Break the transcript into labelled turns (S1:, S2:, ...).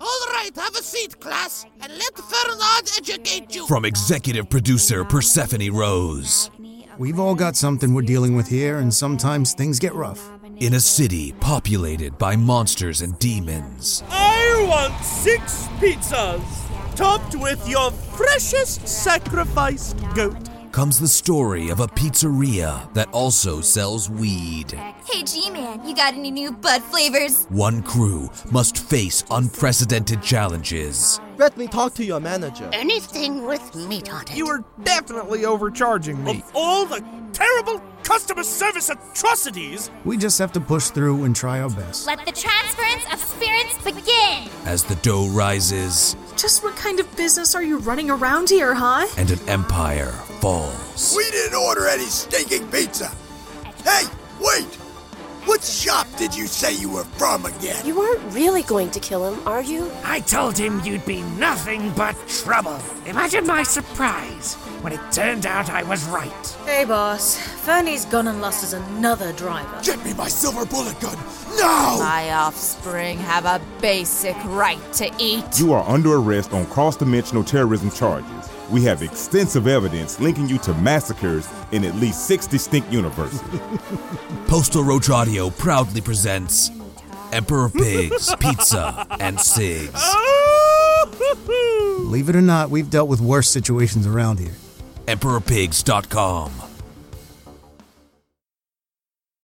S1: All right, have a seat, class, and let Fernand educate you.
S2: From executive producer Persephone Rose.
S3: We've all got something we're dealing with here, and sometimes things get rough.
S2: In a city populated by monsters and demons,
S4: I want six pizzas, topped with your freshest sacrificed goat.
S2: comes the story of a pizzeria that also sells weed.
S5: Hey, G Man, you got any new bud flavors?
S2: One crew must face unprecedented challenges.
S6: Let me talk to your manager.
S7: Anything with meat on it.
S8: You are definitely overcharging me.
S4: Of all the terrible customer service atrocities,
S3: We just have to push through and try our best.
S5: Let the transference of spirits begin!
S2: As the dough rises
S9: Just what kind of business are you running around here, huh?
S2: and an empire falls.
S10: We didn't order any stinking pizza. Hey, wait! What shop did you say you were from again?
S11: You aren't really going to kill him, are you?
S1: I told him you'd be nothing but trouble. Imagine my surprise when it turned out I was right.
S9: Hey, boss. Fernie's gone and lost us another driver.
S10: Get me my silver bullet gun now!
S7: My offspring have a basic right to eat.
S12: You are under arrest on cross dimensional terrorism charges. We have extensive evidence linking you to massacres in at least six distinct universes.
S2: Postal Roach Audio proudly presents Emperor Pigs, Pizza, and Sigs.
S4: Oh,
S3: Believe it or not, we've dealt with worse situations around here.
S2: EmperorPigs.com.